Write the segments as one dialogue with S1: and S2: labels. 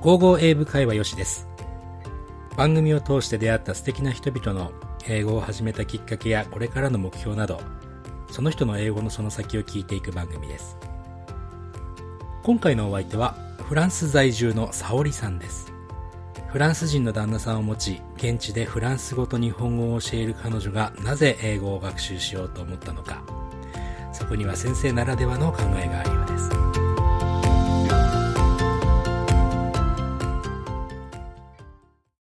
S1: ゴーゴー英語会話よしです番組を通して出会った素敵な人々の英語を始めたきっかけやこれからの目標などその人の英語のその先を聞いていく番組です今回のお相手はフランス在住の沙織さんですフランス人の旦那さんを持ち現地でフランス語と日本語を教える彼女がなぜ英語を学習しようと思ったのかそこには先生ならではの考えがあるようです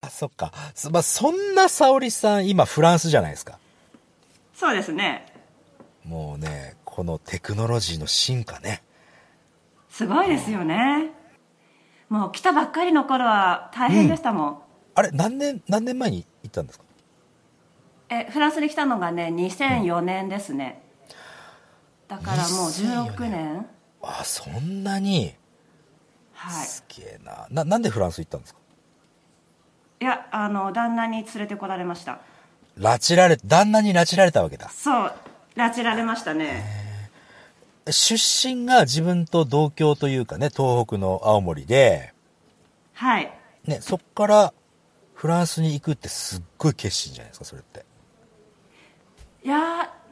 S2: あ、そっか。そまあ、そんな沙織さん、今フランスじゃないですか。
S3: そうですね。
S2: もうね、このテクノロジーの進化ね。
S3: すごいですよね。もう来たばっかりの頃は大変でしたもん。
S2: あれ、何年、何年前に行ったんですか
S3: え、フランスに来たのがね、2004年ですね。だからもう16
S2: 2004
S3: 年。
S2: あ、そんなに。
S3: はい。
S2: すげえな。な、なんでフランス行ったんですか
S3: いや、あの、旦那に連れてこられました。
S2: 拉致られ、旦那に拉致られたわけだ。
S3: そう、拉致られましたね。
S2: 出身が自分と同郷というかね、東北の青森で、
S3: はい。
S2: ね、そっからフランスに行くってすっごい決心じゃないですか、それって。
S3: いや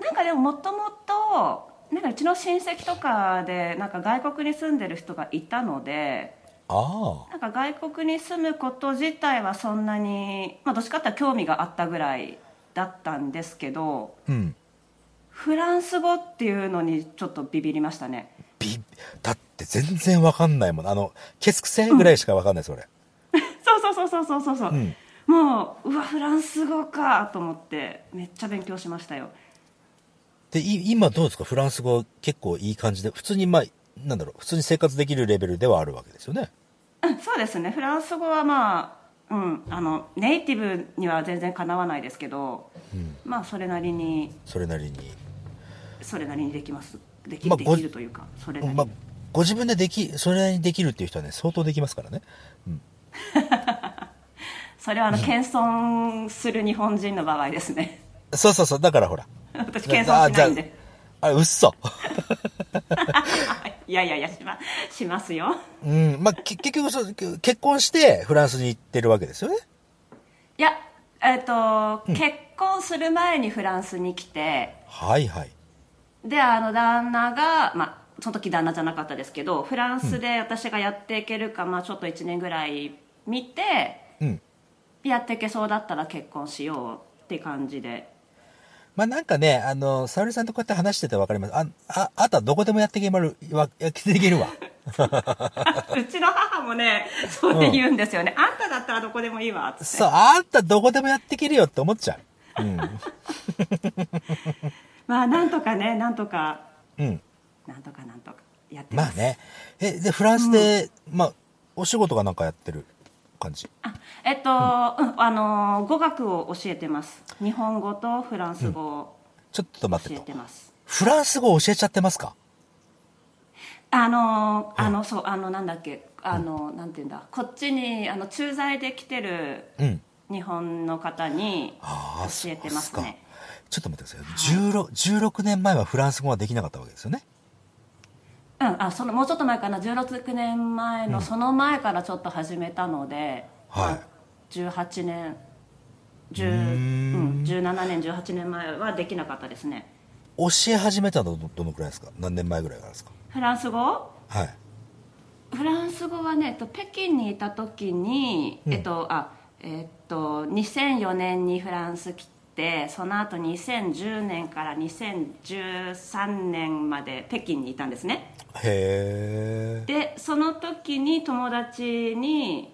S3: ーなんかでももともとなんかうちの親戚とかでなんか外国に住んでる人がいたので
S2: ああ。
S3: なんか外国に住むこと自体はそんなに、まあ、どっちかっていうと興味があったぐらいだったんですけど
S2: うん。
S3: フランス語っていうのにちょっとビビりましたね
S2: び、だって全然わかんないもん。あの、ケツくせぐらいしかわかんないです、俺。
S3: そうそうそうそうそうそう、
S2: うん
S3: もううわフランス語かと思ってめっちゃ勉強しましたよ
S2: で、い今どうですかフランス語結構いい感じで、普通にまあ、なんだろう、普通に生活できるレベルではあるわけですよね。
S3: うんそうですねフランス語はまあ,、うん、あのネイティブには全然かなわないですけど、まあそれなりに
S2: それなりに。
S3: それなりにできますでき,、
S2: まあご
S3: できるというかそれなりに、
S2: まあ、ご自分ででき、それなりにできるっていう人はね、相当できますからね。うん。
S3: それはあの謙遜する日本人の場合です ね
S2: そうそうそう、だからほら。
S3: 私謙遜しないん
S2: あじ
S3: で
S2: あれ、嘘。
S3: いやいやいやしましますよ
S2: うん。まあ、け結局そう、け結婚してフランスに行ってるわけですよね。
S3: いやえっ、と、結婚する前にフランスに来て
S2: はいはい。
S3: であの旦那が、まあ、その時旦那じゃなかったですけどフランスで私がやっていけるか、まあ、ちょっと1年ぐらい見て
S2: うん。
S3: やっていけそうだったら結婚しようって感じ で
S2: まあ、なんかね、あの、沙織さんとこうやって話しててわかります。あ、あ、あとはどこでもやっていけまる、わやっていけ るわ。
S3: うちの母もねそれ言うんですよね、あんただったらどこでもいいわっつって
S2: そう、あんたどこでもやっていけるよって思っちゃう。うん。
S3: まあなんとかねなんとか
S2: うん。
S3: なんとかなんとかやってま
S2: ますあね。え、で、フランスで、まあ、お仕事がなんかやってる感じ。
S3: あえっと、うんあのー語学を教えてます日本語とフランス語を
S2: ちょっと待っ
S3: 教
S2: て
S3: え
S2: と。
S3: てます、
S2: フランス語教えちゃってますか
S3: あのーあのそうあのなんだっけあのなんていうんだこっちにあの駐在で来てる
S2: うん。
S3: 日本の方に
S2: ああ、
S3: 教えてます
S2: そうっ
S3: ね
S2: すか。ちょっと待ってください。16、16年前はフランス語はできなかったわけですよね。
S3: うん、あそのもうちょっと前かな16年前のその前からちょっと始めたので、
S2: はい
S3: まあ18年10うん、17年18年前はできなかったですね
S2: 教え始めたのどどのくらいですか何年前ぐらいからですか
S3: フランス語
S2: はい。
S3: フランス語はね、えっと、北京にいた時に、えっとあえっと2004年にフランス来てその後2010年から2013年まで北京にいたんですね
S2: へえ。
S3: でその時に友達に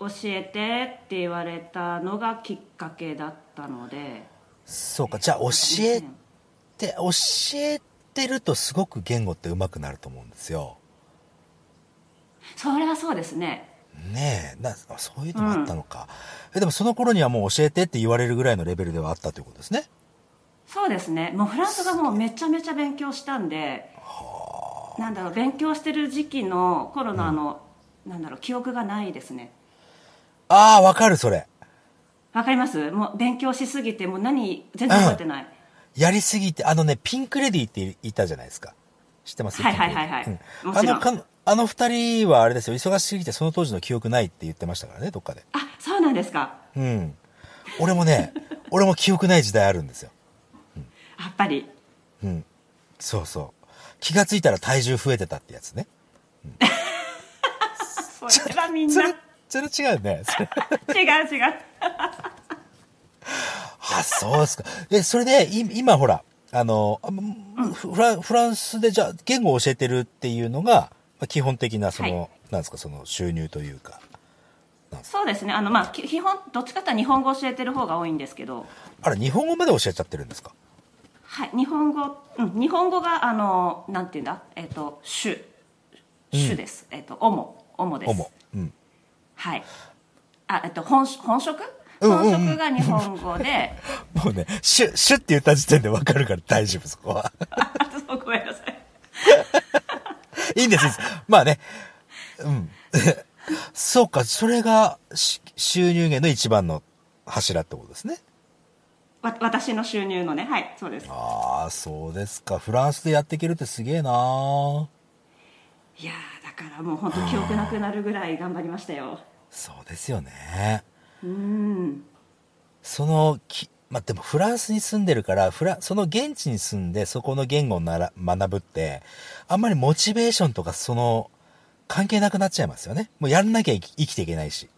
S3: 教えてって言われたのがきっかけだったので
S2: そうか。じゃあ、教えて、教えてるとすごく言語って上手くなると思うんですよ。
S3: それはそうですね
S2: ねえなそういうのもあったのか、えでもその頃にはもう教えてって言われるぐらいのレベルではあったということですね
S3: そうですねもうフランスがもうめちゃめちゃ勉強したんでなんだろう勉強してる時期の頃のあの、なんだろう記憶がないですね
S2: ああわかるそれ
S3: わかりますもう勉強しすぎてもう何全然覚えてない、
S2: やりすぎてあのねピンクレディーっていたじゃないですか知ってます
S3: はいはいはいはい
S2: ピンクレディーうん
S3: もち
S2: あ
S3: ろん
S2: のかあの二人はあれですよ、忙しすぎてその当時の記憶ないって言ってましたからね、どっかで。
S3: あそうなんですか
S2: うん。俺もね、俺も記憶ない時代あるんですよ。
S3: やっぱり
S2: うん。そうそう。気がついたら体重増えてたってやつね。
S3: それはみん
S2: そ
S3: な
S2: れ、それ違うね。それ
S3: 違う違う
S2: あ、そうですか。え、それで、い今ほら、あの、あフフランフランスでじゃあ言語を教えてるっていうのが、まあ基本的なその、
S3: は
S2: なんですか、その収入というか。
S3: そうですねあのまあき基本どっちかっていうと日本語教えてる方が多いんですけど
S2: あれ、日本語まで教えちゃってるんですか
S3: はい日本語、うん、日本語があのなんていうんだえっ、と主主です、えっ、と主主です
S2: 主。うん。
S3: はいあえっ、と本本職
S2: うんうんうん
S3: 本職が日本語 で、
S2: もうね、シュ、シュって言った時点でわかるから大丈夫、そこは。
S3: あそうごめんなさい
S2: いいんです、いいんです。まあね。うん。 そうか、それがし収入源の一番の柱ってことですね。
S3: わ私の収入のねはいそうです
S2: ああ、そうですか。フランスでやっていけるってすげえなー
S3: いやーだからもう本当記憶なくなるぐらい頑張りましたよ
S2: そうですよね。
S3: うん
S2: その、きまあ、でもフランスに住んでるから、フラ、その現地に住んでそこの言語をなら学ぶって、あんまりモチベーションとかその、関係なくなっちゃいますよね。もうやんなきゃ生き生きていけないし。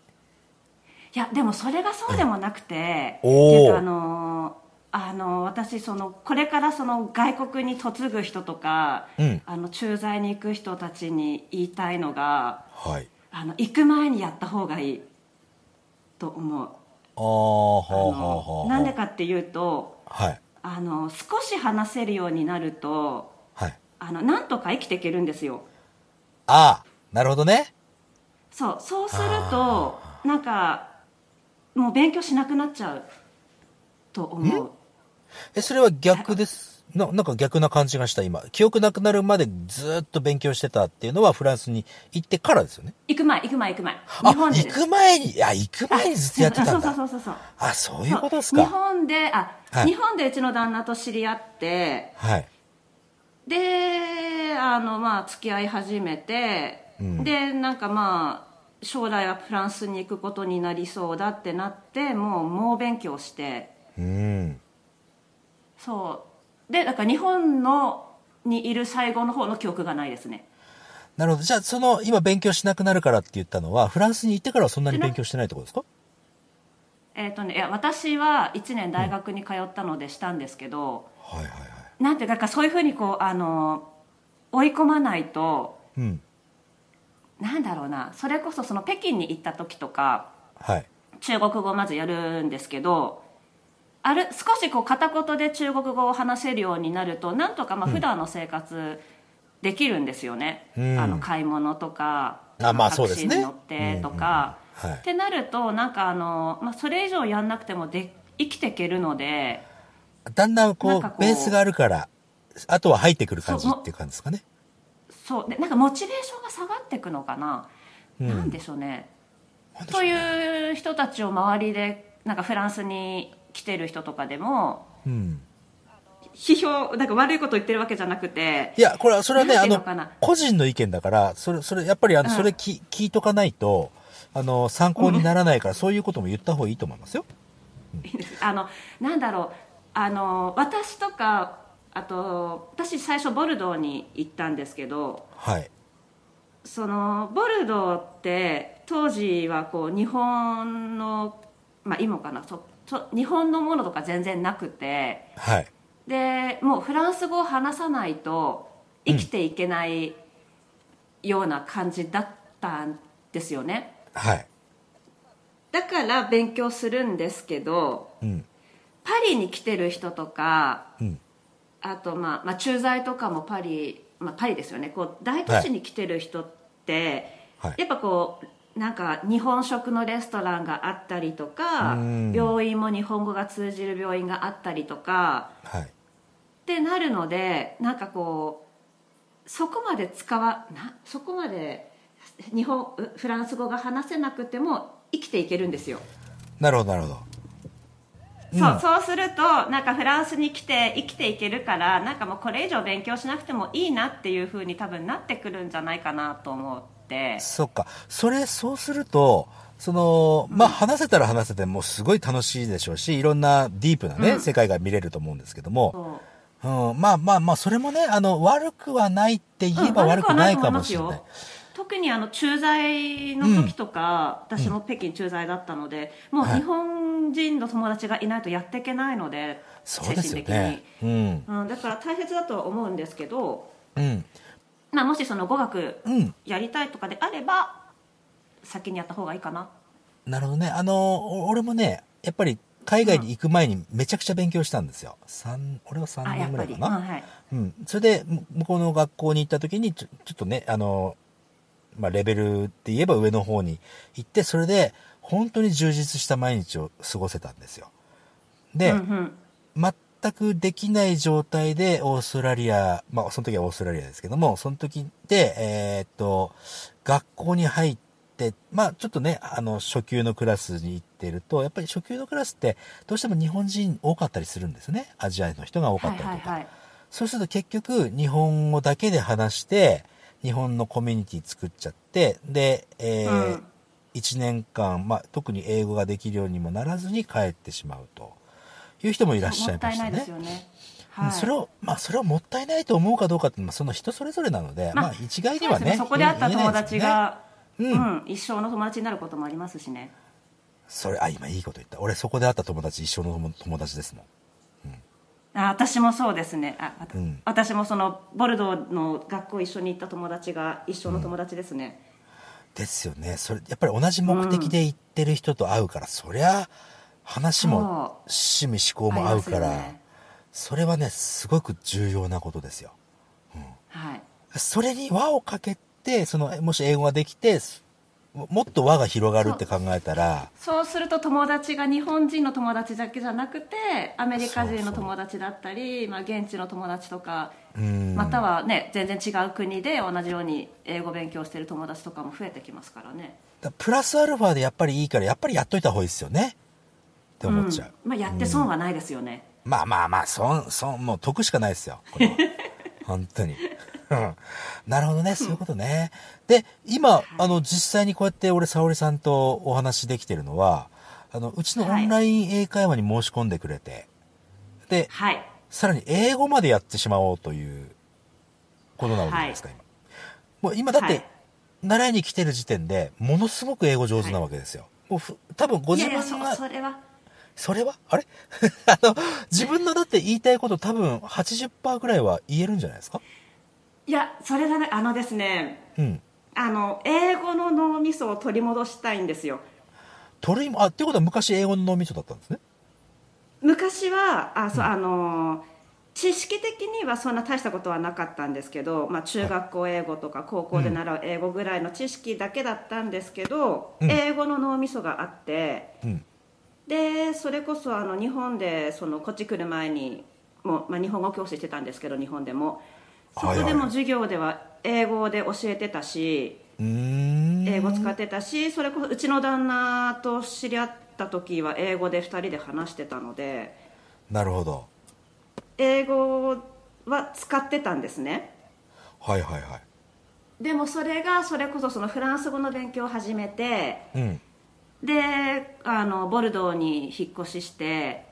S3: いやでもそれがそうでもなくて、
S2: うん
S3: っていう
S2: おー
S3: かあのーあのー私そのこれからその外国に嫁ぐ人とか、
S2: うん
S3: あの駐在に行く人たちに言いたいのが
S2: はい。
S3: あの行く前にやった方がいいと思う
S2: ああ、は
S3: あ
S2: あ、はあ、は
S3: の
S2: あ。
S3: なんでかっていうと
S2: はい。
S3: あの少し話せるようになると
S2: はい。
S3: あのなんとか生きていけるんですよ
S2: ああ、なるほどね。
S3: そうそうするとなんかもう勉強しなくなっちゃうと思う
S2: え、それは逆です。な、なんか逆な感じがした、今。記憶なくなるまでずーっと勉強してたっていうのはフランスに行ってからですよね。
S3: 行く前行く前行く前
S2: あ、
S3: 日本で
S2: 行
S3: です
S2: く前に、あ、行く前にずっとやってたん
S3: そう
S2: だ。
S3: そうそうそうそう
S2: あ、そういうことです
S3: 日
S2: か。
S3: 本であ、
S2: はい
S3: 日本でうちの旦那と知り合って
S2: はい。
S3: であのまあ付き合い始めて、
S2: うん
S3: でなんかまあ将来はフランスに行くことになりそうだってなってもう猛勉強して
S2: うん。
S3: そうでだから日本のにいる最後の方の記憶がないですね
S2: なるほど。じゃあ、その、今勉強しなくなるからって言ったのは、フランスに行ってからはそんなに勉強してないってことですか
S3: えっ、とねいや私は1年大学に通ったのでしたんですけど、
S2: はいはいはい。
S3: なんていうかなんかそういうふうにこうあの追い込まないと
S2: うん。
S3: なんだろうなそれこそその北京に行った時とか
S2: はい。
S3: 中国語をまずやるんですけどある少しこう片言で中国語を話せるようになるとなんとかまあ普段の生活できるんですよね、
S2: うん
S3: あの買い物とか
S2: あまあ
S3: タ
S2: そうで
S3: ク
S2: す
S3: シ
S2: ね
S3: ーに乗ってとか、
S2: うんうんはい
S3: ってなるとなんかあの、まあ、それ以上やんなくてもで生きていけるので
S2: だんだんこ
S3: な
S2: う、
S3: んかこう
S2: ベースがあるから、あとは入ってくる感じっていう感じですかね。
S3: そうでなんかモチベーションが下がっていくのかな、なんでしょうね
S2: なんでしょ
S3: と
S2: う
S3: いう人たちを周りでなんかフランスに来てる人とかでも
S2: うん。
S3: 批評なんか悪いこと言ってるわけじゃなくて
S2: いや、これは、それはね、
S3: な
S2: あ
S3: んてい
S2: の
S3: うのかな、
S2: 個人の意見だから、それ、それ、やっぱり、あの、
S3: うん
S2: それ聞、聞いとかないと、あの、参考にならないから、そういうことも言った方がいいと思いますよ。
S3: あのなんだろうあの私とかあと私最初ボルドーに行ったんですけど
S2: はい。
S3: そのボルドーって当時はこう日本のまあ今かなそそ日本のものとか全然なくて
S2: はい。
S3: でもうフランス語を話さないと生きていけないような感じだったんですよね、
S2: はい。
S3: だから勉強するんですけど
S2: うん。
S3: パリに来てる人とか
S2: うん。
S3: あと、まあ、まあ駐在とかもパリ、まあ、パリですよねこう大都市に来てる人って、
S2: はい
S3: やっぱこうなんか日本食のレストランがあったりとか
S2: うん
S3: 病院も日本語が通じる病院があったりとか
S2: はい。
S3: ってなるのでなんかこうそこまで使わなそこまで日本うフランス語が話せなくても生きていけるんですよ
S2: なるほど、なるほど。
S3: そう、そうするとなんかフランスに来て生きていけるからなんかもうこれ以上勉強しなくてもいいなっていうふうに多分なってくるんじゃないかなと思って
S2: そっか。それ、そうすると、その、まあ、話せたら話せてもうすごい楽しいでしょうし、いろんなディープなね、
S3: うん
S2: 世界が見れると思うんですけども、
S3: そう
S2: うん、まあまあまあ、それもね、あの、悪くはないって言えば
S3: うん
S2: 悪くないかもしれ
S3: 悪くは
S2: ない
S3: と思い。ますよ特にあの駐在の時とか、私も北京駐在だったので、もう
S2: はい
S3: 日本人の友達がいないとやっていけないので、
S2: そうですよ
S3: 精神
S2: ね。うん。
S3: 的に、うん、だから大切だとは思うんですけど、
S2: うん。
S3: まあ、もしその語学
S2: うん。
S3: やりたいとかであれば先にやった方がいいかな
S2: なるほどね。あの、お俺もね、やっぱり海外に行く前にめちゃくちゃ勉強したんですよ。三、俺は3
S3: あや
S2: 年
S3: っ
S2: ぐら
S3: ぱ
S2: い
S3: り、
S2: か
S3: うん
S2: な。
S3: はい、
S2: うん。それで、む向こうの学校に行った時にちょ、ちょっとね、あの、まあ、レベルって言えば上の方に行って、それで、本当に充実した毎日を過ごせたんですよ。で、
S3: うんうん
S2: 全くできない状態でオーストラリア、まあ、その時はオーストラリアですけども、その時で、えーっと、学校に入って、まあ、ちょっとね、あの、初級のクラスに行ってると、やっぱり初級のクラスって、どうしても日本人多かったりするんですね。アジアの人が多かったりとか。
S3: はいはいはい
S2: そうすると結局、日本語だけで話して、日本のコミュニティ作っちゃって、で、えー
S3: うん
S2: 1年間、まあ、特に英語ができるようにもならずに帰ってしまうという人もいらっしゃいました
S3: もったいないで
S2: ね
S3: す。よね、
S2: うん
S3: はい、
S2: それを、まあ、それをもったいないと思うかどうかって、まあ、その人それぞれなので、ま
S3: まあ
S2: あ、一概
S3: そ
S2: で
S3: うで
S2: は
S3: すね
S2: ね。
S3: そこで会った
S2: 言えな
S3: 友
S2: いです
S3: 達
S2: ね
S3: が、
S2: うん
S3: うん一生の友達になることもありますしね
S2: それ、あ、今いいこと言った。俺、そこで会った友達、一生の友友達ですもん。
S3: あ私もそうですねあ、あ
S2: うん
S3: 私もそのボルドーの学校一緒に行った友達が一生の友達ですね、
S2: ですよね。それ、やっぱり同じ目的で行ってる人と会うから、そりゃ、話も、趣味、思考も合うか
S3: あり
S2: ら、
S3: ますよね
S2: それはね、すごく重要なことですよ。
S3: はい
S2: それに輪をかけて、その、もし英語ができて、すもっと輪が広がるって考えたら、
S3: そうすると友達が日本人の友達だけじゃなくてアメリカ人の友達だったりまあ、現地の友達とか、
S2: うん
S3: または、ね、全然違う国で同じように英語勉強してる友達とかも増えてきますからね
S2: だプラスアルファでやっぱりいいから、やっぱりやっといた方がいいですよね。って思っちゃう。
S3: んまあ、やって損はないですよね、
S2: まあまあまあ、そん、そん、もう得しかないですよ。これは本当に。うんなるほどね、そういうことね。で、今、あの、実際にこうやって俺、沙織さんとお話できてるのは、あの、うちのオンライン英会話に申し込んでくれて、で、
S3: はい
S2: さらに英語までやってしまおうということなわけじゃないですか、今。もう今だっ
S3: はい
S2: て、習いに来てる時点で、ものすごく英語上手なわけですよ。もうふ、多分ご
S3: い
S2: 自
S3: やい
S2: 分
S3: や
S2: が、
S3: そそれは
S2: それはあれ あの、自分のだって言いたいこと多分80%ぐらいは言えるんじゃないですか
S3: いやそれがねあのですね
S2: うん。
S3: あの英語の脳みそを取り戻したいんですよ
S2: 鳥も、あ、っていうことは昔英語の脳みそだったんですね。
S3: 昔はあそう、あのー知識的にはそんな大したことはなかったんですけど、まあ、中学校英語とか高校で習う英語ぐらいの知識だけだったんですけど、
S2: うん
S3: 英語の脳みそがあって
S2: うん。
S3: でそれこそあの日本でそのこっち来る前にもう、まあ、日本語教師してたんですけど日本でもそこ
S2: はい
S3: で
S2: はい
S3: も授業では英語で教えてたし、
S2: うーん。
S3: 英語使
S2: っ
S3: ってたしそれこそうちの旦那と知り合った時は英語で2人で話してたので。
S2: なるほど。
S3: 英語は使ってたんですね
S2: はいはいは
S3: でもそれがそれこそそのフランス語の勉強を始めて
S2: い。うん。
S3: であのボルドーに引っ越しして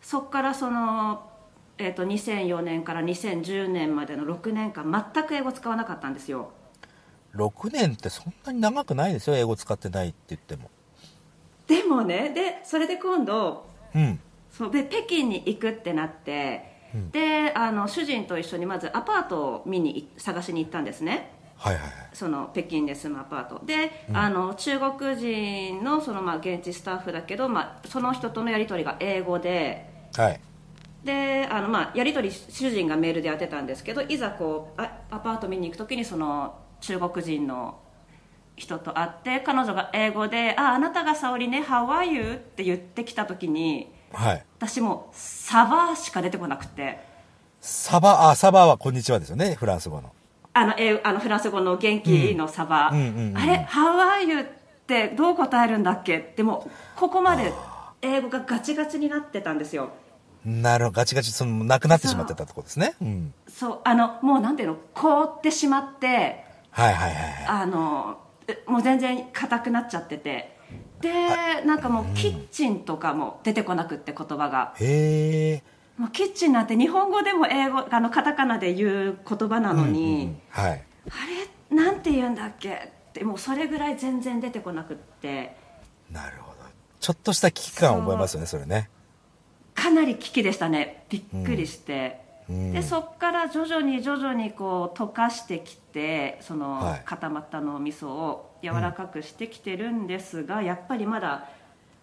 S3: そこからその、えー、と2004年から2010年までの6年間全く英語使わなかったんですよ
S2: 6年ってそんなに長くないですよ、英語使ってないって言っても。
S3: でもねでそれで今度
S2: うん。
S3: そうで北京に行くってなって、であの主人と一緒にまずアパートを見に探しに行ったんですね
S2: はいはいはい。
S3: その北京で住むアパートで、あの中国人のそのまあ現地スタッフだけど、まあ、その人とのやり取りが英語で
S2: はい。
S3: であの、まあ、やり取り主人がメールでやってたんですけどいざこうあアパート見に行く時にその中国人の人と会って彼女が英語で「ああなたが沙織ね How are you?」って言ってきた時に
S2: はい。
S3: 私もう「サバ」しか出てこなくて
S2: サバ、あ、サバはこんにちはですよね、フランス語の。
S3: あの英あのフランス語の「元気」のサバ、
S2: うんうんうんうん
S3: あれ「How are you?」ってどう答えるんだっけでもここまで英語がガチガチになってたんですよ
S2: なるほどガチガチそのなくなってしまってたってことですねうん
S3: そうあのもうなんていうの凍ってしまって
S2: はいはいはいはい
S3: あのえもう全然硬くなっちゃっててでなんかもうキッチンとかも出てこなくって言葉が
S2: へえ
S3: もうキッチンなんて日本語でも英語あのカタカナで言う言葉なのに、
S2: はい
S3: あれなんて言うんだっけってもうそれぐらい全然出てこなくって
S2: なるほどちょっとした危機感を覚えますよねそれね
S3: かなり危機でしたねびっくりして、
S2: うん
S3: でそっから徐々に徐々にこう溶かしてきてそ
S2: は
S3: の
S2: い
S3: 固まったの味噌を柔らかくしてきてるんですが、やっぱりまだ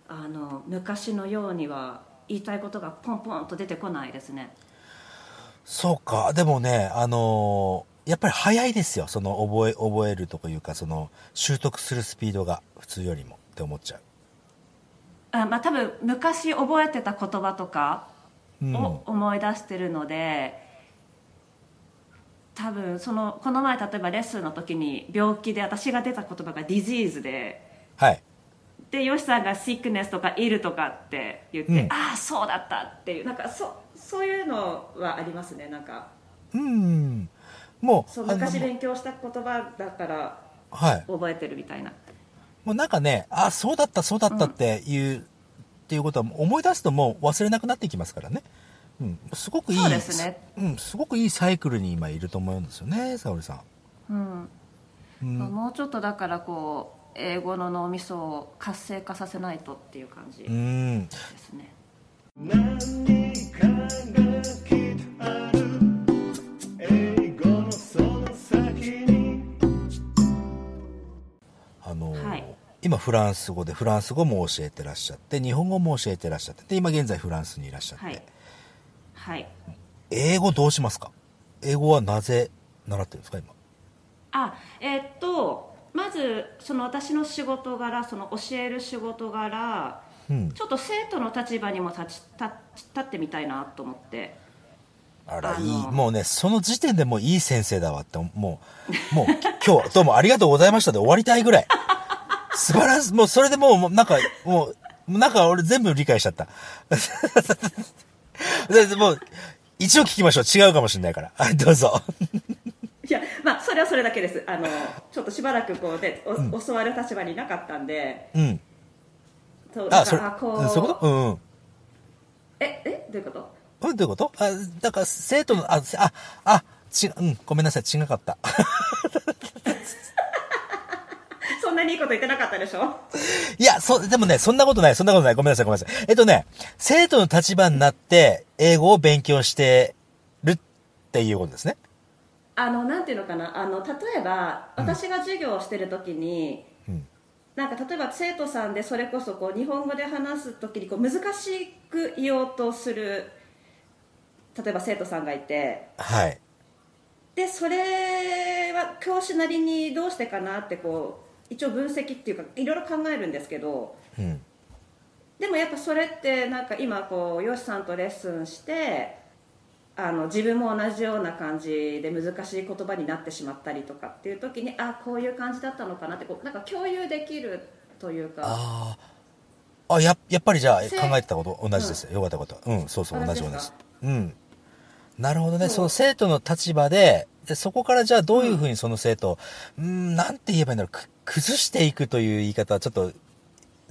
S3: あの昔のようには言いたいことがポンポンと出てこないですね
S2: そうかでもねあのーやっぱり早いですよその覚え覚えるとかいうかその習得するスピードが普通よりもって思っちゃう
S3: あまあ多分昔覚えてた言葉とか
S2: うん
S3: を思い出してるので、多分そのこの前例えばレッスンの時に病気で私が出た言葉が「ディジーズで」
S2: はい
S3: でヨシさんが「シックネス」とか「イル」とかって言って、
S2: うん
S3: ああそうだったっていうなんかそそういうのはありますねなんか
S2: うんもう
S3: そう
S2: あの
S3: 昔勉強した言葉だから
S2: はい
S3: 覚えてるみたいな
S2: もうなんかねあそうだったそうだったっていう、っていうことはもう思い出すともう忘れなくなっていきますからねうんすごくいい
S3: そうですね
S2: うん、すごくいいサイクルに今いると思うんですよね沙織さ
S3: うん、
S2: ん、うん
S3: まあもうちょっとだからこう英語の脳みそを活性化させないとっていう感じ
S2: う
S3: で
S2: ん
S3: すね、
S4: 何かがきっとある英語のその先に
S2: あのー
S3: はい
S2: 今フランス語でフランス語も教えてらっしゃって日本語も教えてらっしゃってで今現在フランスにいらっしゃって、
S3: はいはい
S2: 英語どうしますか英語はなぜ習ってるんですか今
S3: あえーっとまずその私の仕事柄その教える仕事柄
S2: うん
S3: ちょっと生徒の立場にも立ち立立ってみたいなと思って
S2: あら
S3: あ
S2: い
S3: の
S2: いもうねその時点でもういい先生だわってもう もう今日どうもありがとうございましたで終わりたいぐらい素晴らしいもうそれでもうもうなんかもうなんか俺全部理解しちゃった でもう一応聞きましょう違うかもしれないからはいどうぞ
S3: いやまあそれはそれだけですあのちょっとしばらくこうで、お教わる立場になかったんで
S2: うん
S3: そう
S2: あ
S3: だ
S2: そ
S3: か
S2: れ
S3: らこう
S2: うんそういうことうんうん
S3: ええどういうこと
S2: うんどういうことあ、だから、生徒の、あ、せあ、あ、違う、うん、ごめんなさい、違かった。
S3: そんなにいいこと言ってなかったでしょ
S2: いや、そう、でもね、そんなことない、そんなことない、ごめんなさい、ごめんなさい。えっとね、生徒の立場になって、英語を勉強してるっていうことですね。
S3: あのなんていうのかなあの例えば私が授業をしてる時に、
S2: うん
S3: なんか例えば生徒さんでそれこそこう日本語で話す時にこう難しく言おうとする例えば生徒さんがいて
S2: はい。
S3: でそれは教師なりにどうしてかなってこう一応分析っていうかいろいろ考えるんですけど
S2: うん。
S3: でもやっぱそれってなんか今こうよしさんとレッスンしてあの自分も同じような感じで難しい言葉になってしまったりとかっていう時にあこういう感じだったのかなってこうなんか共有できるというか
S2: ああ。あ、や、やっぱりじゃあ、
S3: せ
S2: 考えてたこと同じですよ。よかったよかった。うん、そうそう、同
S3: 同
S2: じ
S3: じ
S2: 同
S3: で
S2: じ
S3: すか。
S2: うん。なるほどね。
S3: そう
S2: その生徒の立場で、でそこからじゃあどういうふうにその生徒を、うーん、なんて言えばいいんだろう、く崩していくという言い方はちょっと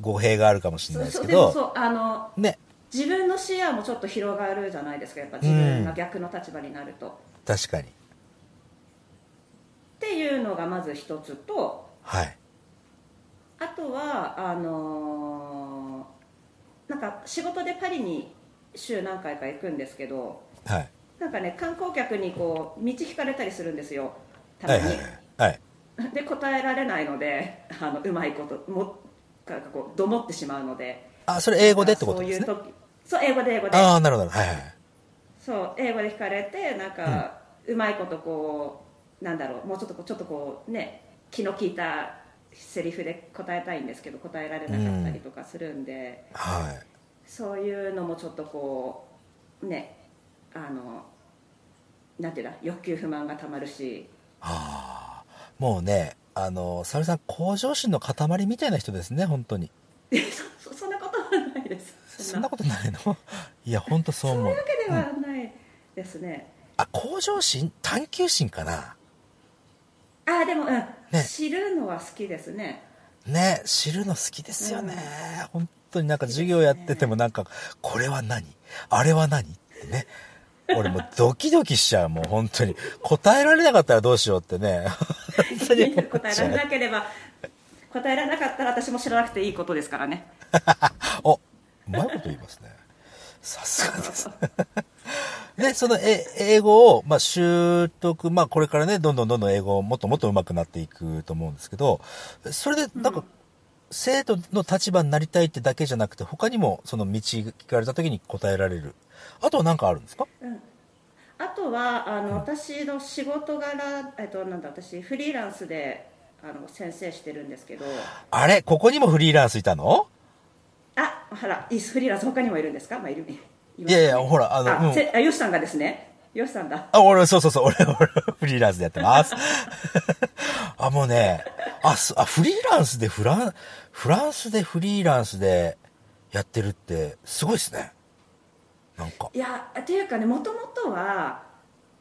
S2: 語弊があるかもしれ
S3: そ
S2: な
S3: う
S2: いです
S3: そう
S2: け
S3: でも
S2: ど、
S3: そうあの
S2: ね、
S3: 自分の視野もちょっと広がるじゃないですかやっぱ自分が逆の立場になると、っ
S2: 確かに。
S3: ていうのがまず一つと
S2: はい。
S3: あとはあのーなんか仕事でパリに週何回か行くんですけど
S2: はい。
S3: なんかね観光客にこう道引かれたりするんですよた
S2: は
S3: ま
S2: い
S3: に、
S2: はいはい。はい。
S3: で答えられないのであのうまいこともなんかこうどもってしまうので
S2: あ、それ英語でってことですね。
S3: そういう時そう英語で英語で
S2: ああ、なるほど。はいはいはい。
S3: そう英語で引かれてなんか、うまいことこうなんだろうもうちょっとこうちょっとこうね気の利いたセリフで答えたいんですけど答えられなかったりとかするんで、
S2: はい。
S3: そういうのもちょっとこうねあのなんていうんだ欲求不満がたまるし
S2: ああ。もうね、あの、沙織さん、向上心の塊みたいな人ですね、本当に。
S3: そそそんなことはないないです
S2: そんなことないの いや本当そう
S3: そんな
S2: 思う
S3: わけではないですね、
S2: あ向上心探求心かな
S3: ああでも、うん
S2: ね
S3: 知るのは好きですね
S2: ね知るの好きですよね、本当になんか授業やっててもなんか、これは何あれは何ってね俺もうドキドキしちゃうもう本当に答えられなかったらどうしようって ね本当に
S3: みんな答えられなければ答えられなかったら私も知らなくていいことですからね
S2: おうまいこと言いますねさすが ですねそのえ英語を、まあ、習得、まあ、これからねどんどんどんどん英語をもっともっと上手くなっていくと思うんですけどそれでなんか、生徒の立場になりたいってだけじゃなくて他にもその道聞かれた時に答えられるあとは何かあるんですか
S3: あとはあの私の仕事柄、えっと、なんだ私フリーランスであの先生してるんですけど
S2: あれここにもフリーランスいたの
S3: あほらいいフリーランス他にもいるんですか、まあ、いるいま
S2: い
S3: す
S2: やいやほらあの
S3: あ、
S2: うん
S3: せあよしさんがですねよしさんだ
S2: あ、俺、そうそうそう、俺、俺、フリーランスでやってます。 あ、もうね、あ、そあ、フリーランスでフラン、フランスでフリーランスでやってるって、すごいですね。なんか。
S3: いやっていうかねもともとは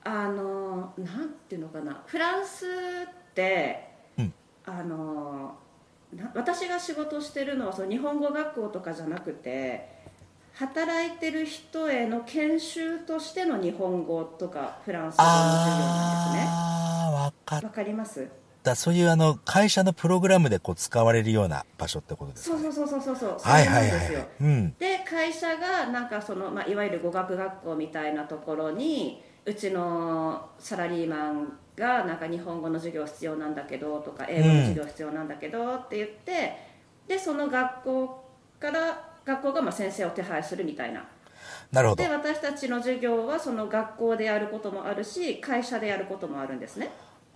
S3: あのなんていうのかなフランスって、
S2: うん
S3: あのな私が仕事してるのはその日本語学校とかじゃなくて働いてる人への研修としての日本語とかフランス語の授業なんですね
S2: あー、わかっ
S3: わかります
S2: た。そういう、あの、会社のプログラムでこう使われるような場所ってことです
S3: そう
S2: か
S3: そうそうそうそうそう
S2: はいはい
S3: そ
S2: は
S3: うなんです
S2: い
S3: よ
S2: はい。うん。
S3: で会社がなんかその、まあ、いわゆる語学学校みたいなところにうちのサラリーマンがなんか日本語の授業必要なんだけどとか英語の授業必要なんだけどって言って、でその学校から学校がまあ先生を手配するみたいな
S2: なるほど
S3: で。私たちの授業はその学校でやることもあるし会社でやることもあるんですね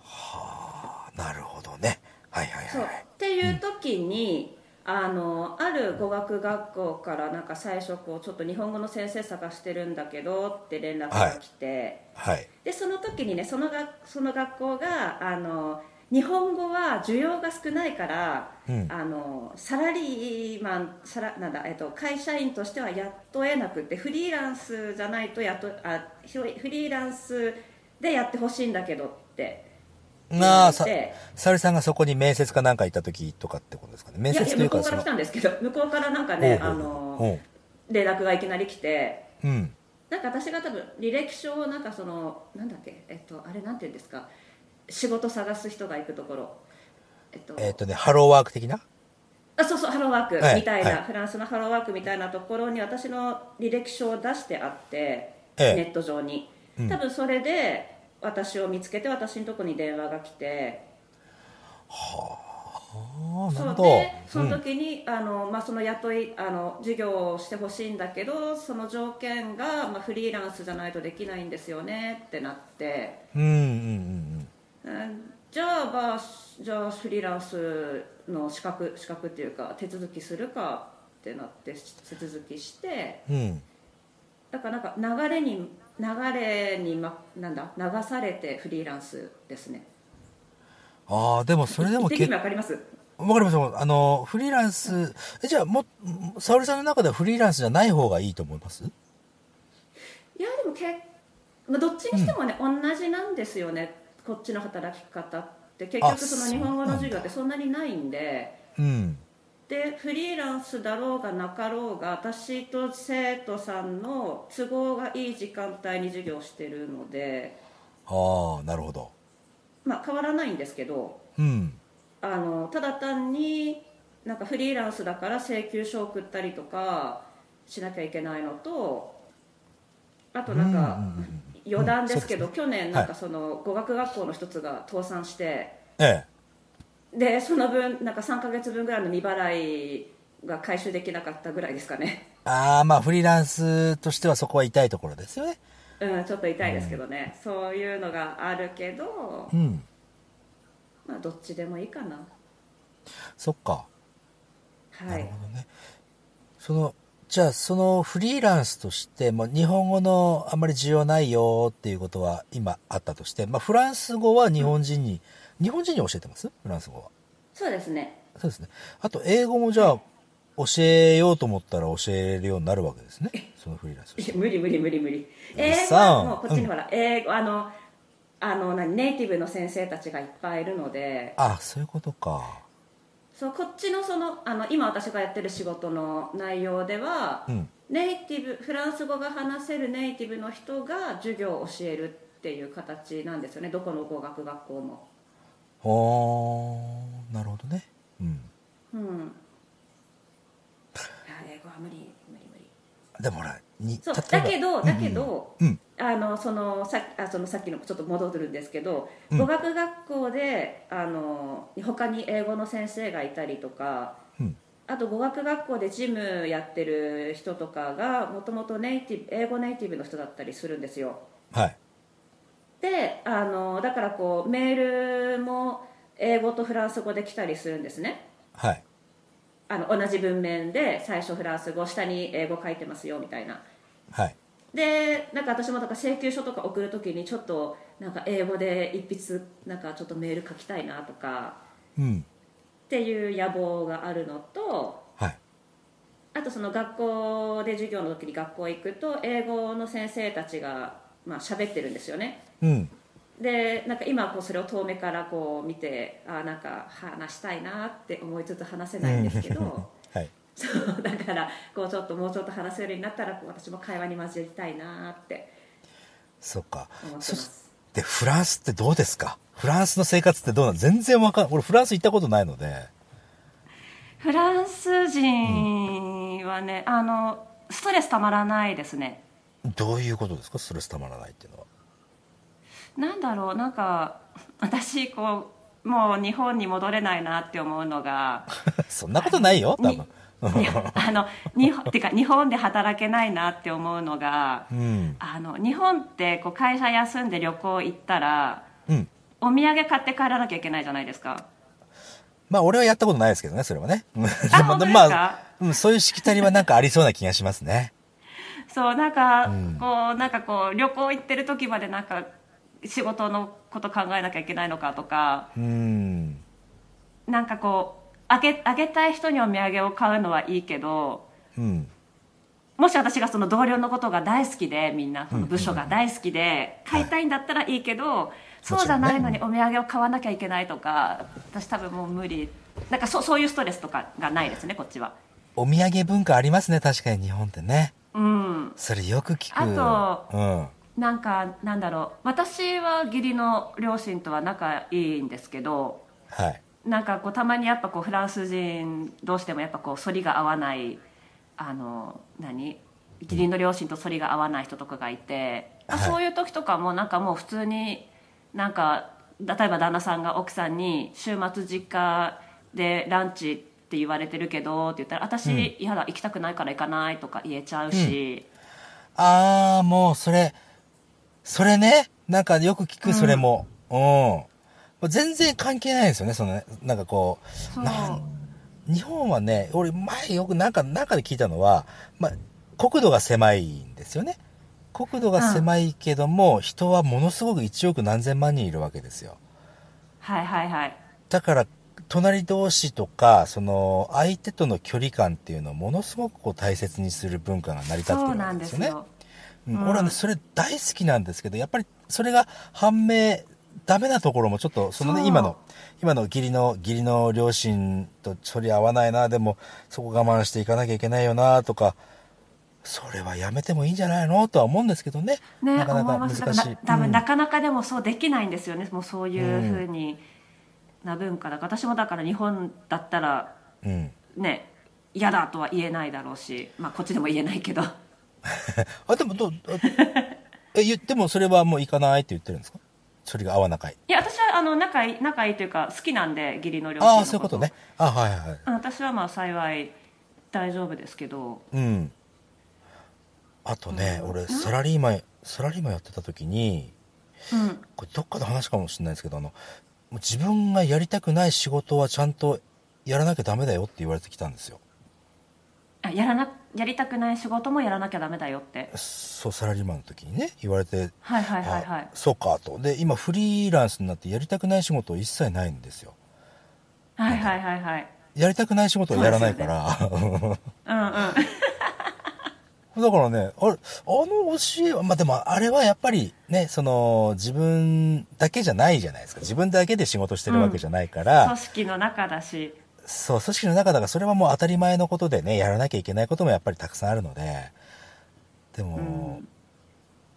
S2: あなるほどね。はいはいは
S3: そ
S2: いう
S3: っ
S2: はい。
S3: ていう時に、あのある語学学校からなんか最初こうちょっと日本語の先生探してるんだけどって連絡が来て、
S2: はい。
S3: でその時にねそのがその学校があの日本語は需要が少ないから、
S2: うん
S3: あのサラリーマンサラなんだ、えっと、会社員としては雇えなくてフリーランスじゃないと雇あひょフリーランスでやってほしいんだけどって
S2: なあ、さ
S3: 言われて、
S2: さるさんがそこに面接かなんか行った時とかってことですかね。面
S3: いやい
S2: 接
S3: や
S2: とい
S3: 向
S2: う
S3: こ
S2: か、
S3: うか
S2: そ
S3: ら
S2: の
S3: 来、たんですけど向こうからなんか
S2: ほう
S3: ね
S2: ほう
S3: あ
S2: ほ
S3: の
S2: う
S3: 連絡がいきなり来て
S2: うん。
S3: なんか私が多分履歴書をなんかそのなんだっけえっとあれなんて言うんですか仕事探す人が行くところえっと、
S2: えっ、とね、ハローワーク的な
S3: あそうそうハローワーク
S2: はい
S3: みたいな、
S2: はい
S3: フランスのハローワークみたいなところに私の履歴書を出してあって、
S2: ええ
S3: ネット上に
S2: うん
S3: 多分それで私を見つけて私のとこに電話が来て
S2: ああ、なる
S3: そ
S2: ほ
S3: う
S2: ど
S3: で。その時に、あのまあ、その雇いあの授業をしてほしいんだけどその条件が、まあ、フリーランスじゃないとできないんですよねってなって、
S2: うん、うん、うん
S3: うんじゃあ、まあ、じゃあフリーランスの資格資格っていうか手続きするかってなってし手続きして
S2: うん、うん。
S3: だからなんか流れに流れに、ま、なんだ流されてフリーランスですね。
S2: ああ、でもそれでも
S3: 一滴
S2: 結構、
S3: 目わかります
S2: わかりますよ。あの、フリーランス、えじゃあ、も、沙織さんの中ではフリーランスじゃない方がいいと思います
S3: いやでもけ、まあ、どっちにしてもね、同じなんですよねこっちの働き方って結
S2: あ
S3: 局その日本語の授業ってそんなにないんで
S2: うん。
S3: でフリーランスだろうがなかろうが私と生徒さんの都合がいい時間帯に授業してるので、
S2: ああ、なるほど。
S3: まあ、変わらないんですけど
S2: うん。
S3: あのただ単になんかフリーランスだから請求書を送ったりとかしなきゃいけないのとあとなんか
S2: うんうんうん
S3: 余談ですけど、去年なん
S2: は
S3: かその語学学校の一つが倒産して
S2: ええ。
S3: でその分なんか3ヶ月分ぐらいの未払いが回収できなかったぐらいですかね
S2: ああ、まあ、フリーランスとしてはそこは痛いところですよね。
S3: うんちょっと痛いですけどね、そういうのがあるけど
S2: う、ん。
S3: まあ、どっちでもいいかな
S2: そっか。
S3: は
S2: ないるほどね。その、じゃあ、そのフリーランスとして、まあ、日本語のあんまり需要ないよっていうことは今あったとして、まあ、フランス語は日本人に、日本人に教えてますフランス語は。
S3: そうですね
S2: そうですね。あと、英語もじゃあ、教えようと思ったら教えれるようになるわけですね。そのフリーランスを
S3: いや無理無理無理無理英語
S2: さ
S3: は
S2: あ
S3: もうこっちにほら、英語あのあの何ネイティブの先生たちがいっぱいいるので
S2: あ、そういうことか。
S3: そうこっちのそのあの今私がやってる仕事の内容では、
S2: うん
S3: ネイティブフランス語が話せるネイティブの人が授業を教えるっていう形なんですよねどこの語学学校も、
S2: おー、なるほどね。うん。
S3: うん、いや英語は無理無理無理
S2: でもほら、に、
S3: そう
S2: 例えば
S3: だけどだけど、
S2: うん
S3: あのそのさあそのさっきのちょっと戻るんですけど、
S2: うん
S3: 語学学校であの他に英語の先生がいたりとか
S2: うん。
S3: あと語学学校でジムやってる人とかがもともとネイティブ英語ネイティブの人だったりするんですよ
S2: はい。
S3: であのだからこうメールも英語とフランス語で来たりするんですね
S2: はい。
S3: あの同じ文面で最初フランス語下に英語書いてますよみたいな
S2: はい。
S3: でなんか私もなんか請求書とか送るときにちょっとなんか英語で一筆なんかちょっとメール書きたいなとか
S2: うん。
S3: っていう野望があるのと
S2: はい。
S3: あとその学校で授業の時に学校行くと英語の先生たちがまあ喋ってるんですよね
S2: うん。
S3: でなんか今こうそれを遠目からこう見てあーなんか話したいなって思いつつ話せないんですけど
S2: はい。
S3: そうだからこうちょっともうちょっと話せるようになったらこう私も会話に交じりたいなって
S2: そっか
S3: 思って。ます
S2: そで、フランスってどうですかフランスの生活ってどうなの全然わかん、俺フランス行ったことないので。
S3: フランス人はね、あのストレスたまらないですね
S2: どういうことですかストレスたまらないっていうのは。
S3: なんだろうなんか私こうもう日本に戻れないなって思うのが
S2: そんなことないよ、多分。
S3: いやあの日本てか日本で働けないなって思うのが
S2: うん。
S3: あの日本ってこう会社休んで旅行行ったら
S2: うん。
S3: お土産買って帰らなきゃいけないじゃないですか
S2: まあ、俺はやったことないですけどね、それは ね。うん
S3: あ本当ですか
S2: うん、そういうしきたりはなんかありそうな気がしますね。
S3: そうなんか、
S2: うん
S3: こうなんかこう旅行行ってる時までなんか仕事のこと考えなきゃいけないのかとか
S2: うん。
S3: なんかこうあげあげたい人にお土産を買うのはいいけど
S2: うん。
S3: もし私がその同僚のことが大好きでみんなこの部署が大好きで買いたいんだったらいいけど、そうじゃないのにお土産を買わなきゃいけないとか私多分もう無理なんかそそういうストレスとかがないですねこっちは
S2: お土産文化ありますね、確かに日本ってね。
S3: うん
S2: それよく聞く。
S3: あ
S2: と、うん。
S3: なんかなんだろう私は義理の両親とは仲いいんですけど
S2: はい。
S3: なんかこうたまにやっぱこうフランス人どうしてもやっぱこう反りが合わないあの何義理の両親と反りが合わない人とかがいて、まあ
S2: はい
S3: そういう時とかもなんかもう普通になんか例えば旦那さんが奥さんに「週末実家でランチ」って言われてるけどって言ったら「私、やだ行きたくないから行かない」とか言えちゃうし、
S2: あー、もうそれ、それね、なんかよく聞く、それも。うん。もう全然関係ないんですよね、そのね、なんかこう、
S3: そう
S2: なん日本はね、俺前よくなんか、中で聞いたのは、まあ、国土が狭いんですよね。国土が狭いけども、人はものすごく1億何千万人いるわけですよ。
S3: はいはいはい
S2: だから、隣同士とか、その、相手との距離感っていうのをものすごくこう大切にする文化が成り立って
S3: そう
S2: る
S3: な
S2: わ
S3: ん
S2: け
S3: で
S2: ですよ
S3: す
S2: ね。
S3: よ
S2: うん
S3: うん
S2: 俺はね、それ大好きなんですけど、やっぱりそれが判明、ダメなところもちょっと、その
S3: そ
S2: ね、
S3: う
S2: 今の、今の義理の、義理の両親と取り合わないな、でも、そこ我慢していかなきゃいけないよな、とか、それはやめてもいいんじゃないのとは思うんですけどね。
S3: ね、
S2: なかな
S3: 思
S2: か
S3: いま
S2: 難
S3: す
S2: し
S3: だから
S2: い
S3: な。多
S2: う
S3: 分
S2: ん
S3: なかなかでもそうできないんですよね、もうそういうふうにな文化だから、私もだから日本だったら
S2: うん。
S3: ね嫌だとは言えないだろうし、まあ、こっちでも言えないけど
S2: あ、でもどう、あえ、言ってもそれはもう行かないって言ってるんですかそれが合わなかい。
S3: いや私はあの仲いい仲いいというか好きなんで義理の両親の
S2: ああ、そういうことね。あはいはいはい。
S3: うん私はまあ幸い大丈夫ですけど
S2: うん。あとね、俺、サラリーマン、サラリーマンやってた時に、
S3: うん
S2: これどっかで話かもしれないですけど、あの、もう自分がやりたくない仕事はちゃんとやらなきゃダメだよって言われてきたんですよ。
S3: あやらなやりたくない仕事もやらなきゃダメだよって
S2: そう、サラリーマンの時にね、言われて、
S3: はいはいはいはい
S2: あそうか、と。で、今フリーランスになってやりたくない仕事一切ないんですよ。
S3: はいはいはいはい
S2: やりたくない仕事はやらないから。
S3: うんうん
S2: だからね、あれ、あの教えは、まあ、でもあれはやっぱりね、その、自分だけじゃないじゃないですか。自分だけで仕事してるわけじゃないから、
S3: 組織の中だし
S2: そう、組織の中だからそれはもう当たり前のことでね、やらなきゃいけないこともやっぱりたくさんあるので、でも、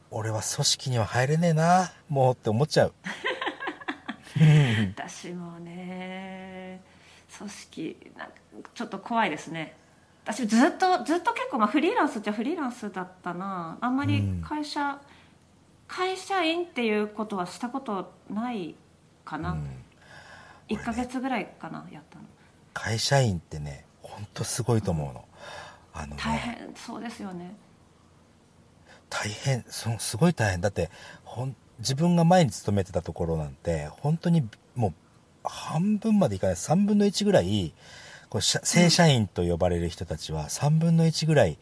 S2: 俺は組織には入れねえな、もうって思っちゃう。
S3: 私もね組織なんかちょっと怖いですね私ずっとずっと結構、まあ、フリーランスっちゃフリーランスだったなあんまり会社、会社員っていうことはしたことないかな、1ヶ月ぐらいかなやったの
S2: 会社員ってね、ほんとすごいと思うの。あのね、
S3: 大変そうですよね
S2: 大変そすごい大変だってほん自分が前に勤めてたところなんて本当にもう半分までいかない3分の1ぐらいこう社正社員と呼ばれる人たちは3分の1ぐらい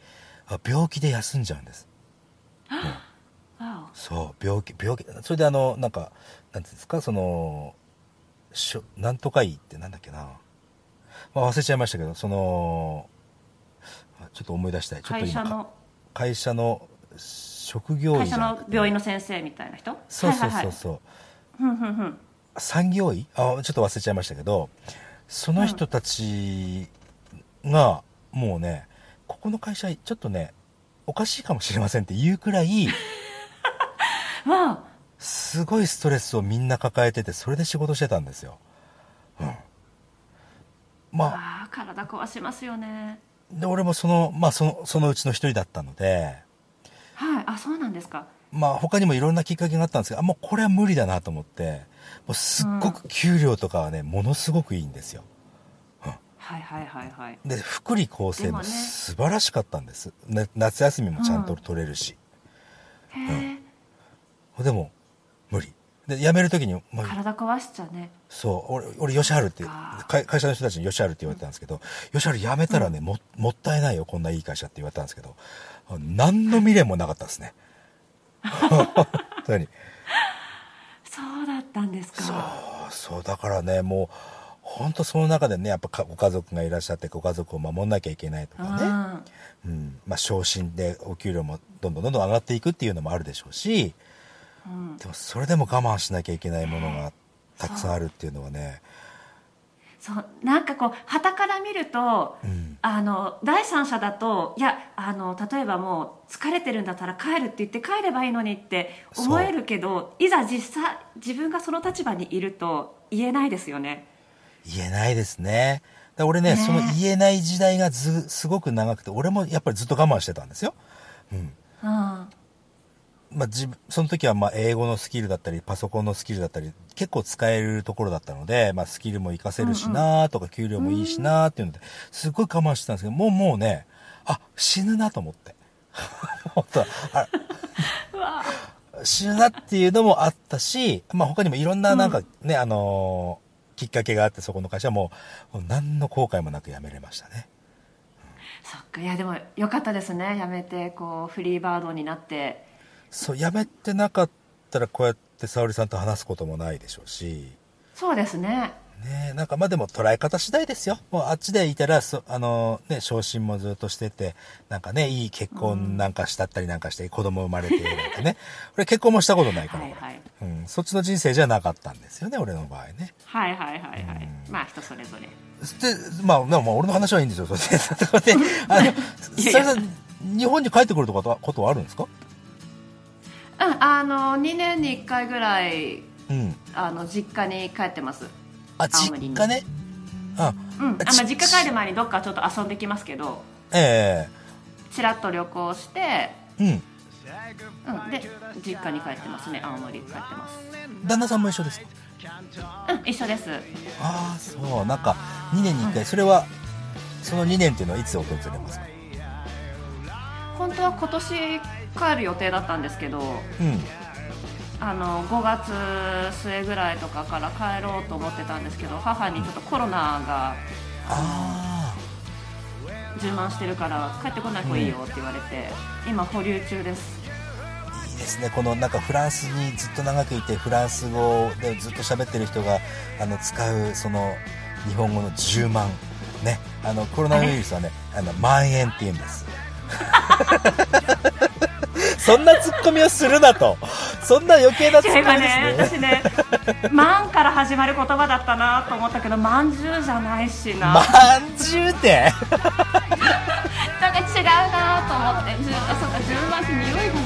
S2: あ病気で休んじゃうんです
S3: わ
S2: そう病気病気それであのなんかなんていうんですかそのしょなんとか医ってなんだっけな、まあ、忘れちゃいましたけどそのあちょっと思い出したい
S3: お
S2: ちょっと
S3: 会社
S2: 今
S3: の
S2: 会社の職業医
S3: 会
S2: じゃ
S3: 社
S2: な
S3: の
S2: くて
S3: 病院の先生みたいな人
S2: そうそうそ
S3: はいは
S2: う
S3: いはい
S2: そう、
S3: ふんふんふん
S2: 産業医あちょっと忘れちゃいましたけどその人たちがもうね、ここの会社ちょっとねおかしいかもしれませんって言うくらい
S3: わ
S2: すごいストレスをみんな抱えててそれで仕事してたんですよ、うん、
S3: あ
S2: まあ
S3: わあ体壊しますよね
S2: で俺もその,、まあ、そのそのうちの一人だったので
S3: はいあそうなんですか
S2: まあ他にもいろんなきっかけがあったんですけどあもうこれは無理だなと思ってもうすっごく給料とかはね、ものすごくいいんですよ
S3: はいはいはいはい
S2: で福利厚生
S3: でも
S2: も
S3: ね
S2: 素晴らしかったんです、な夏休みもちゃんと取れるし、
S3: へえ
S2: でも無理で辞める時に、まあ、
S3: 体壊しちゃうね
S2: そう俺俺吉春って
S3: そっか
S2: 会会社の人たちに吉春って言われてたんですけど、吉春辞めたらねももったいないよこんないい会社って言われたんですけどあ何の未練もなかったです ね本当に
S3: そうだったんですか
S2: あそうだからねもう本当その中でねやっぱかご家族がいらっしゃってご家族を守んなきゃいけないと
S3: う
S2: かね、
S3: ん
S2: うんまあ、昇進でお給料もどんどんどんどん上がっていくっていうのもあるでしょうし
S3: うん
S2: でもそれでも我慢しなきゃいけないものがたくさんあるっていうのはね、
S3: そうなんかこう傍から見ると
S2: うん、
S3: あの第三者だといやあの例えばもう疲れてるんだったら帰るって言って帰ればいいのにって思えるけどいざ実際自分がその立場にいると言えないですよね
S2: 言えないですねだから俺ね
S3: ねえ
S2: その言えない時代がずすごく長くて俺もやっぱりずっと我慢してたんですよ、うん
S3: うんは
S2: まあ、自分その時はまあ英語のスキルだったりパソコンのスキルだったり結構使えるところだったので、まあ、スキルも活かせるしなーとか給料もいいしなーっていうのですごい我慢してたんですけどもうもうねあ死ぬなと思って 本当あ死ぬなっていうのもあったし、まあ、他にもいろんななんかね、あのーきっかけがあってそこの会社はもうもう何の後悔もなく辞めれましたね
S3: そっかいやでもよかったですねやめてこうフリーバードになって
S2: そう辞めてなかったらこうやって沙織さんと話すこともないでしょうし
S3: そうですね
S2: ねえなんかまあでも捉え方次第ですよもうあっちでいたらそあのね昇進もずっとしててなんかねいい結婚なんかしたったりなんかして、子供生まれてなんかね 俺結婚もしたことないから、
S3: はいはい
S2: うん、そっちの人生じゃなかったんですよね俺の場合ね
S3: はいはいはいはいまあ人それぞれ
S2: でまあでもまあ俺の話はいいんですよそれで そこであの
S3: いや
S2: 沙織さん日本に帰ってくるとかとことはあるんですか
S3: うんあの2年に1回ぐらい
S2: うん
S3: あの実家に帰ってます
S2: あ
S3: 青
S2: 実
S3: 森に
S2: 家ねあ
S3: うんあまあ
S2: ち
S3: 実家帰る前にどっかちょっと遊んできますけど
S2: え
S3: ちらっと旅行して、
S2: えうん
S3: うん、で実家に帰ってますね青森に帰ってます
S2: 旦那さんも一緒ですか
S3: うん一緒です
S2: ああそうなんか2年に1回それはその2年っていうのはいつ訪れますか
S3: 本当は今年帰る予定だったんですけど
S2: うん
S3: あの5月末ぐらいとかから帰ろうと思ってたんですけど母にちょっとコロナが
S2: あ
S3: 充満してるから帰ってこない方がいいよって言われて今保留中です
S2: あいいですねこのなんかフランスにずっと長くいてフランス語でずっと喋ってる人があの使うその日本語の10万ね、あの、コロナウイルスはね、あの、蔓延って言うん です。そんなツッコミをするなと。そんな余計なツ
S3: 違
S2: ッ
S3: い
S2: コ
S3: ま
S2: ミで
S3: ね
S2: すね。
S3: 私ね「万」から始まる言葉だったなと思ったけど「まんじゅう」じゃないしな、
S2: まんじゅうて
S3: なんか違うなと思って「十」あそうか「十万」って匂いが